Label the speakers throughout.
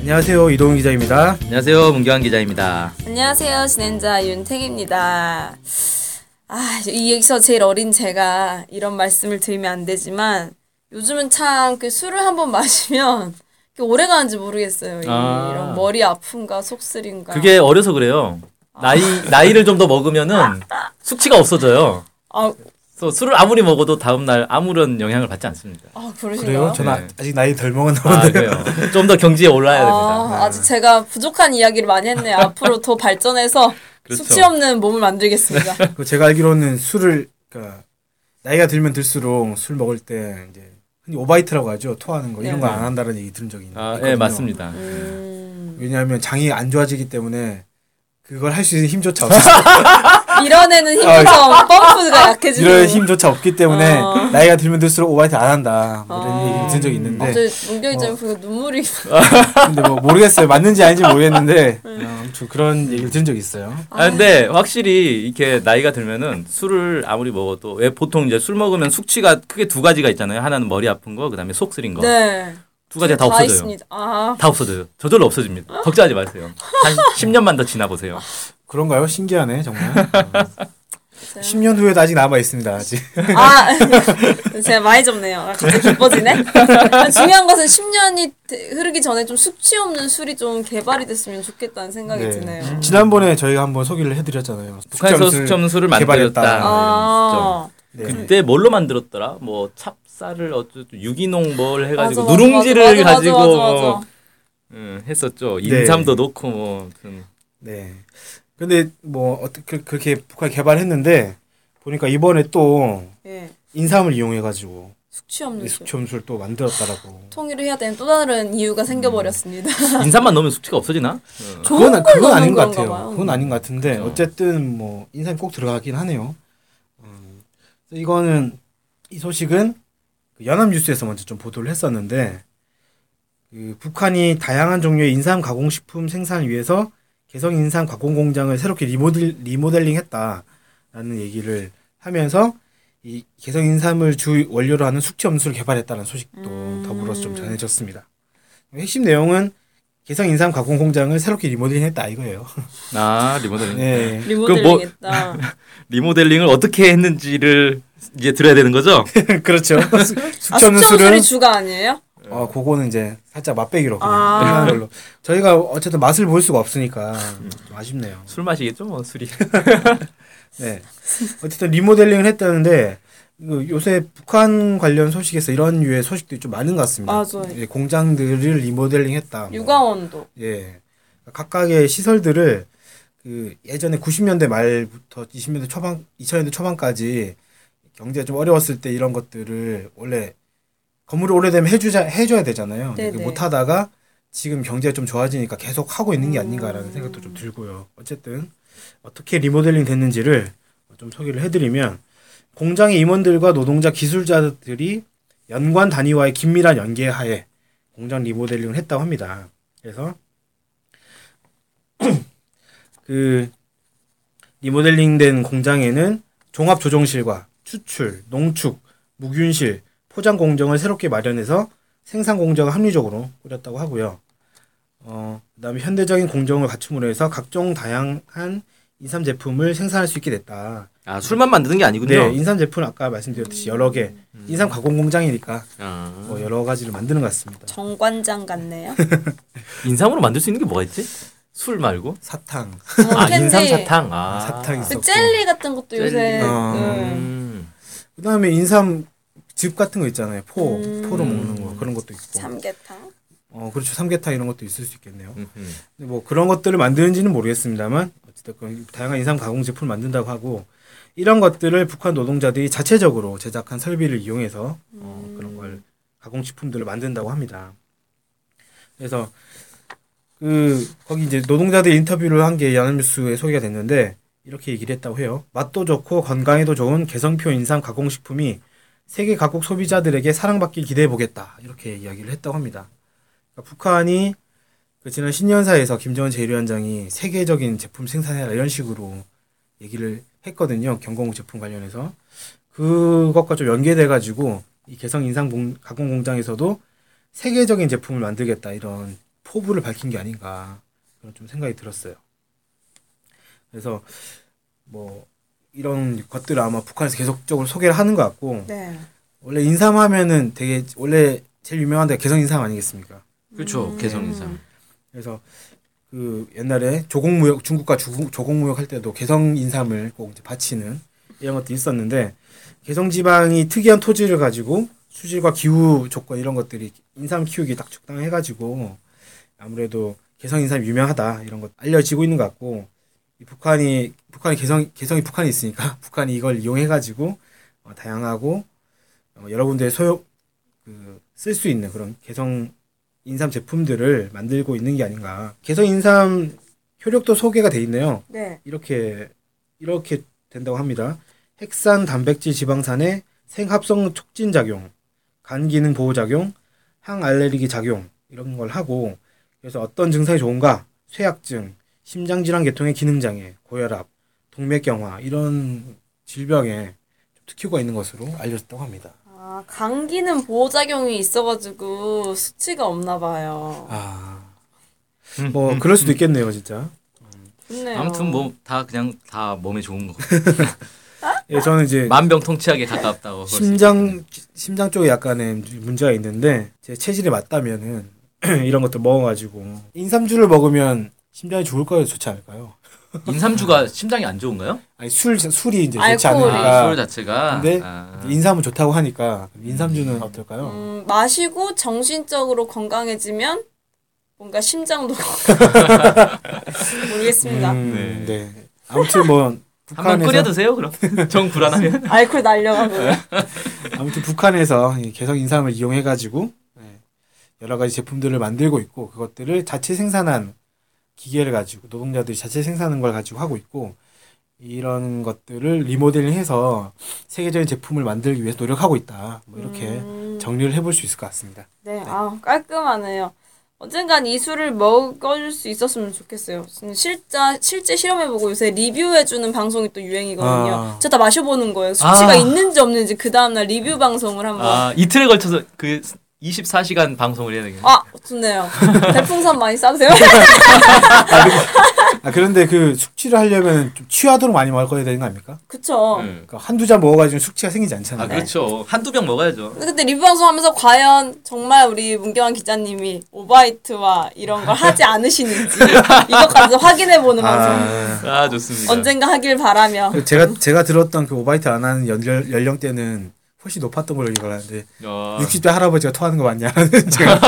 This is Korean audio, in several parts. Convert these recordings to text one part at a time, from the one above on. Speaker 1: 안녕하세요 이동훈 기자입니다.
Speaker 2: 안녕하세요 문경환 기자입니다.
Speaker 3: 안녕하세요. 진행자 윤택입니다. 아, 이 여기서 제일 어린 제가 이런 말씀을 드리면 안 되지만 요즘은 참 그 술을 한번 마시면 이렇게 오래 가는지 모르겠어요. 이-
Speaker 2: 아.
Speaker 3: 이런 머리 아픔과 속쓰림과.
Speaker 2: 그게 어려서 그래요. 나이 나이를 좀 더 먹으면은 숙취가 없어져요.
Speaker 3: 아,
Speaker 2: 그래서 술을 아무리 먹어도 다음 날 아무런 영향을 받지 않습니다.
Speaker 3: 아 그러신가요?
Speaker 1: 그래요? 저는 아-
Speaker 2: 네.
Speaker 1: 아직 네. 나이 덜 먹었나
Speaker 2: 아
Speaker 1: 본데요.
Speaker 2: 그래요. 좀 더 경지에 올라야 됩니다. 네.
Speaker 3: 아, 아직 제가 부족한 이야기를 많이 했네요. 앞으로 더 발전해서
Speaker 2: 그렇죠. 네.
Speaker 3: 숙취 없는 몸을 만들겠습니다.
Speaker 1: 그리고 제가 알기로는 술을 그러니까 나이가 들면 들수록 술 먹을 때 이제 흔히 오바이트라고 하죠. 토하는 거 이런
Speaker 3: 네.
Speaker 1: 거 안 한다는 얘기 들은 적이 있거든요.
Speaker 2: 아, 예 맞습니다.
Speaker 3: 음,
Speaker 1: 왜냐하면 장이 안 좋아지기 때문에 그걸 할 수 있는 힘조차 없어요.
Speaker 3: 이런 애는
Speaker 2: 아,
Speaker 3: 힘들어. 펌프가 약해지고.
Speaker 1: 이럴 힘조차 없기 때문에
Speaker 3: 어.
Speaker 1: 나이가 들면 들수록 오바이트 안 한다. 뭐 이런
Speaker 3: 어.
Speaker 1: 얘기를 들은 적이
Speaker 2: 네.
Speaker 1: 있는데
Speaker 3: 갑자기 문경이자님 보니까 눈물이.
Speaker 2: 어.
Speaker 1: 근데 뭐 모르겠어요. 맞는지 아닌지 모르겠는데
Speaker 3: 네.
Speaker 1: 어, 아무튼 그런 얘기를 들은 적이 있어요.
Speaker 2: 아 근데 확실히 이렇게 나이가 들면은 술을 아무리 먹어도 왜 보통 이제 술 먹으면 숙취가 크게 두 가지가 있잖아요. 하나는 머리 아픈 거, 그다음에 속 쓰린 거.
Speaker 3: 네.
Speaker 2: 두 가지가 다 없어져요.
Speaker 3: 있습니다. 아,
Speaker 2: 다 없어져요. 저절로 없어집니다. 걱정하지 마세요. 한 10년만 더 지나
Speaker 1: 아,
Speaker 2: 보세요.
Speaker 1: 그런가요? 신기하네 정말. 어. 10년 후에도 아직 남아 있습니다. 아직.
Speaker 3: 아, 제가 많이 접네요. 아, 갑자기 기뻐지네. 아, 중요한 것은 10년이 흐르기 전에 좀 숙취 없는 술이 좀 개발이 됐으면 좋겠다는 생각이
Speaker 1: 네.
Speaker 2: 음.
Speaker 3: 드네요.
Speaker 1: 지난번에 저희가 한번 소개를 해드렸잖아요.
Speaker 2: 북한에서
Speaker 1: 숙점술.
Speaker 2: 수점수를
Speaker 1: 개발했다.
Speaker 2: 만들었다.
Speaker 3: 아,
Speaker 1: 네.
Speaker 2: 그때 뭘로 만들었더라? 뭐 찹쌀을 어쩌 유기농 뭘 해가지고
Speaker 3: 맞아, 맞아,
Speaker 2: 누룽지를
Speaker 3: 맞아, 맞아,
Speaker 2: 가지고
Speaker 3: 맞아,
Speaker 2: 뭐,
Speaker 3: 맞아.
Speaker 2: 음, 했었죠.
Speaker 1: 네.
Speaker 2: 인삼도 넣고 뭐 아무튼
Speaker 1: 네. 근데 뭐 어떻게 그렇게 북한 개발했는데 보니까 이번에 또
Speaker 3: 예.
Speaker 1: 인삼을 이용해가지고
Speaker 3: 숙취 없는 술.
Speaker 1: 숙점술 또 만들었다라고.
Speaker 3: 통일을 해야 되는 또 다른 이유가 생겨버렸습니다.
Speaker 2: 음. 인삼만 넣으면 숙취가 없어지나?
Speaker 3: 좋은 걸
Speaker 1: 그건
Speaker 3: 넣는
Speaker 1: 아닌 것
Speaker 3: 건가
Speaker 1: 같아요.
Speaker 3: 봐요.
Speaker 1: 그건 아닌 것 같은데
Speaker 2: 그렇죠.
Speaker 1: 어쨌든 뭐 인삼 꼭 들어가긴 하네요. 음, 그래서 이거는 이 소식은 그 연합뉴스에서 먼저 좀 보도를 했었는데 그 북한이 다양한 종류의 인삼 가공식품 생산을 위해서 개성 인삼 가공 공장을 새롭게 리모델, 리모델링했다라는 얘기를 하면서 이 개성 인삼을 주 원료로 하는 숙취 음수를 개발했다는 소식도
Speaker 3: 음.
Speaker 1: 더불어서 좀 전해졌습니다. 핵심 내용은 개성 인삼 가공 공장을 새롭게 리모델링했다 이거예요.
Speaker 2: 아 리모델링.
Speaker 3: 예.
Speaker 1: 네.
Speaker 2: 뭐-
Speaker 3: 리모델링했다. 아,
Speaker 2: 리모델링을 어떻게 했는지를 이제 들어야 되는 거죠?
Speaker 1: 그렇죠. 수-
Speaker 3: 아,
Speaker 1: 숙취
Speaker 3: 숙취
Speaker 1: 없는
Speaker 3: 없는 술이
Speaker 1: 술은
Speaker 3: 주가 아니에요?
Speaker 1: 어 그거는 이제 살짝 맛배기로 그냥
Speaker 3: 아.
Speaker 1: 끝나는 걸로. 저희가 어쨌든 맛을 볼 수가 없으니까 좀 아쉽네요.
Speaker 2: 술 마시겠죠 뭐 술이.
Speaker 1: 네. 어쨌든 리모델링을 했다는데 그 요새 북한 관련 소식에서 이런 유의 소식들이 좀 많은 것 같습니다.
Speaker 3: 맞아요.
Speaker 1: 예, 공장들을 리모델링했다. 뭐.
Speaker 3: 육아원도.
Speaker 1: 예. 각각의 시설들을 그 예전에 90년대 말부터 20년대 초반, 2000년대 초반까지 경제가 좀 어려웠을 때 이런 것들을 원래 건물이 오래되면 해주자, 해줘야 되잖아요. 근데
Speaker 3: 네네.
Speaker 1: 못 하다가 지금 경제가 좀 좋아지니까 계속 하고 있는 게 아닌가라는
Speaker 3: 음.
Speaker 1: 생각도 좀 들고요. 어쨌든 어떻게 리모델링 됐는지를 좀 소개를 해드리면 공장의 임원들과 노동자 기술자들이 연관 단위와의 긴밀한 연계 하에 공장 리모델링을 했다고 합니다. 그래서 그 리모델링된 공장에는 종합 조정실과 추출, 농축, 무균실, 포장 공정을 새롭게 마련해서 생산 공정을 합리적으로 꾸렸다고 하고요. 어, 그다음에 현대적인 공정을 갖춤으로 해서 각종 다양한 인삼 제품을 생산할 수 있게 됐다.
Speaker 2: 아 술만 만드는 게
Speaker 1: 네,
Speaker 2: 아니군요. 음.
Speaker 1: 인삼 제품은 아까 말씀드렸듯이 여러 개 인삼 가공 공장이니까
Speaker 2: 아.
Speaker 1: 뭐 여러 가지를 만드는 것 같습니다.
Speaker 3: 정관장 같네요.
Speaker 2: 인삼으로 만들 수 있는 게 뭐가 있지? 술 말고?
Speaker 1: 사탕,
Speaker 2: 아
Speaker 3: 캔디.
Speaker 2: 인삼 사탕. 아
Speaker 1: 사탕
Speaker 3: 그
Speaker 1: 있었고.
Speaker 3: 젤리 같은 것도 요새
Speaker 2: 젤리.
Speaker 1: 어.
Speaker 3: 음.
Speaker 2: 음.
Speaker 1: 그다음에 인삼 즙 같은 거 있잖아요. 포
Speaker 3: 음.
Speaker 1: 포로 먹는 거 그런 것도 있고.
Speaker 3: 삼계탕.
Speaker 1: 어 그렇죠. 삼계탕 이런 것도 있을 수 있겠네요.
Speaker 2: 음흠.
Speaker 1: 근데 뭐 그런 것들을 만드는지는 모르겠습니다만 어쨌든 다양한 인삼 가공 제품을 만든다고 하고 이런 것들을 북한 노동자들이 자체적으로 제작한 설비를 이용해서 어, 그런 걸 가공 식품들을 만든다고 합니다. 그래서 그 거기 이제 노동자들 인터뷰를 한 게 연합뉴스에 소개가 됐는데 이렇게 얘기를 했다고 해요. 맛도 좋고 건강에도 좋은 개성표 인삼 가공 식품이 세계 각국 소비자들에게 사랑받길 기대해 보겠다 이렇게 이야기를 했다고 합니다. 그러니까 북한이 그 지난 신년사에서 김정은 제1위원장이 세계적인 제품 생산해라 이런 식으로 얘기를 했거든요. 경공우 제품 관련해서 그것과 좀 연계돼 가지고 이 개성 인상 공- 가공 공장에서도 세계적인 제품을 만들겠다 이런 포부를 밝힌 게 아닌가 그런 좀 생각이 들었어요. 그래서 뭐 이런 것들을 아마 북한에서 계속적으로 소개를 하는 것 같고
Speaker 3: 네.
Speaker 1: 원래 인삼하면은 되게 원래 제일 유명한 데가 개성 인삼 아니겠습니까?
Speaker 2: 그렇죠.
Speaker 3: 음,
Speaker 2: 개성 인삼.
Speaker 1: 그래서 그 옛날에 조공무역 중국과 주- 조공무역 할 때도 개성 인삼을 꼭 이제 바치는 이런 것도 있었는데 개성 지방이 특이한 토지를 가지고 수질과 기후 조건 이런 것들이 인삼 키우기 딱 적당해가지고 아무래도 개성 인삼 유명하다 이런 것 알려지고 있는 것 같고 이 북한이 북한이 개성 개성이 북한에 있으니까 북한이 이걸 이용해가지고 어, 다양하고 어, 여러 군데 소요 그쓸 수 있는 그런 개성 인삼 제품들을 만들고 있는 게 아닌가. 개성 인삼 효력도 소개가 돼 있네요.
Speaker 3: 네.
Speaker 1: 이렇게 이렇게 된다고 합니다. 핵산 단백질 지방산의 생합성 촉진 작용, 간 기능 보호 작용, 항알레르기 작용 이런 걸 하고 그래서 어떤 증상이 좋은가? 쇠약증, 심장 질환 계통의 기능 장애, 고혈압, 동맥 경화 이런 질병에 좀 특효가 있는 것으로 알려졌다고 합니다.
Speaker 3: 아, 감기는 보호작용이 있어가지고 수치가 없나 봐요.
Speaker 1: 아. 뭐 그럴 수도 있겠네요, 진짜.
Speaker 3: 좋네요.
Speaker 2: 아무튼 뭐 다 그냥 다 몸에 좋은 거.
Speaker 1: 예, 저는 이제
Speaker 2: 만병통치약에 가깝다고. 볼수 있겠네요.
Speaker 1: 심장 심장 쪽에 약간의 문제가 있는데 제 체질에 맞다면은 이런 것도 먹어 가지고 인삼주를 먹으면 심장이 좋을 거예요, 좋지 않을까요?
Speaker 2: 인삼주가 심장이 안 좋은가요?
Speaker 1: 아니 술 술이 이제 좋지
Speaker 2: 아,
Speaker 3: 알코올이.
Speaker 1: 않으니까
Speaker 2: 술 자체가.
Speaker 1: 근데
Speaker 2: 아.
Speaker 1: 인삼은 좋다고 하니까 인삼주는 어떨까요?
Speaker 3: 음, 마시고 정신적으로 건강해지면 뭔가 심장도 모르겠습니다.
Speaker 1: 음,
Speaker 2: 네.
Speaker 1: 네. 아무튼 뭐
Speaker 2: 한번
Speaker 1: 북한에서
Speaker 2: 끓여 드세요 그럼. 정 불안하면.
Speaker 3: 알코올 날려가고
Speaker 2: 네.
Speaker 1: 아무튼 북한에서 이 개성 인삼을 이용해 가지고 네, 여러 가지 제품들을 만들고 있고 그것들을 자체 생산한 기계를 가지고 노동자들이 자체 생산한 걸 가지고 하고 있고 이런 것들을 리모델링해서 세계적인 제품을 만들기 위해서 노력하고 있다. 뭐 이렇게
Speaker 3: 음,
Speaker 1: 정리를 해볼 수 있을 것 같습니다.
Speaker 3: 네, 아 깔끔하네요. 언젠간 이 술을 먹을 수 있었으면 좋겠어요. 저는 실제 실제 실험해보고 요새 리뷰해주는 방송이 또 유행이거든요.
Speaker 1: 아.
Speaker 3: 제가 다 마셔보는 거예요. 수치가
Speaker 2: 아.
Speaker 3: 있는지 없는지 그 다음날 리뷰 방송을 한번. 아,
Speaker 2: 아 이틀에 걸쳐서 그 24시간 방송을 해야 되겠네.
Speaker 3: 아, 좋네요. 대풍선 많이 싸세요.
Speaker 1: 아 그런데 그 숙취를 하려면 좀 취하도록 많이 먹어야 되는 거 아닙니까?
Speaker 3: 그쵸.
Speaker 2: 네.
Speaker 1: 그러니까 한두 잔 먹어가지고 숙취가 생기지 않잖아요.
Speaker 2: 아 그렇죠. 한두 병 먹어야죠.
Speaker 3: 근데 리뷰 방송하면서 과연 정말 우리 문경환 기자님이 오바이트와 이런 걸 하지 않으시는지 이것까지 확인해보는 방송
Speaker 1: 아,
Speaker 2: 아 좋습니다.
Speaker 3: 언젠가 하길 바라며
Speaker 2: 아.
Speaker 1: 제가 제가 들었던 그 오바이트 안 하는 연령 연령대는 훨씬 높았던 걸로 기억하는데
Speaker 2: 어,
Speaker 1: 60대 할아버지가 토하는 거 맞냐? 제가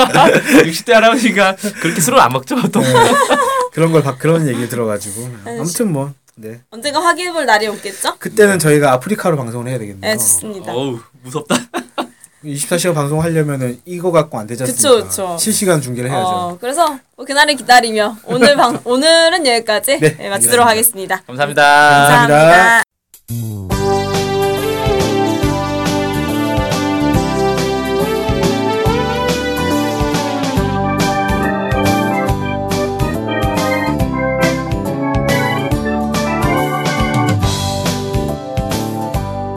Speaker 2: 60, 대 할아버지가 그렇게 술을 안 먹죠 또.
Speaker 1: 그런 걸 봐- 그런 얘기 들어가지고 아무튼 뭐 네.
Speaker 3: 언젠가 확인해볼 날이 오겠죠?
Speaker 1: 그때는 저희가 아프리카로 방송을 해야 되겠네요.
Speaker 3: 네 좋습니다.
Speaker 2: 어우 무섭다.
Speaker 1: 24시간 방송하려면은 이거 갖고 안 되지 않습니까?
Speaker 3: 그쵸, 그쵸.
Speaker 1: 실시간 중계를 해야죠.
Speaker 3: 어, 그래서 뭐 그날을 기다리며 오늘 방 오늘은 여기까지
Speaker 1: 네,
Speaker 3: 예, 마치도록
Speaker 1: 알겠습니다.
Speaker 3: 하겠습니다.
Speaker 2: 감사합니다.
Speaker 1: 감사합니다.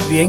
Speaker 1: 우리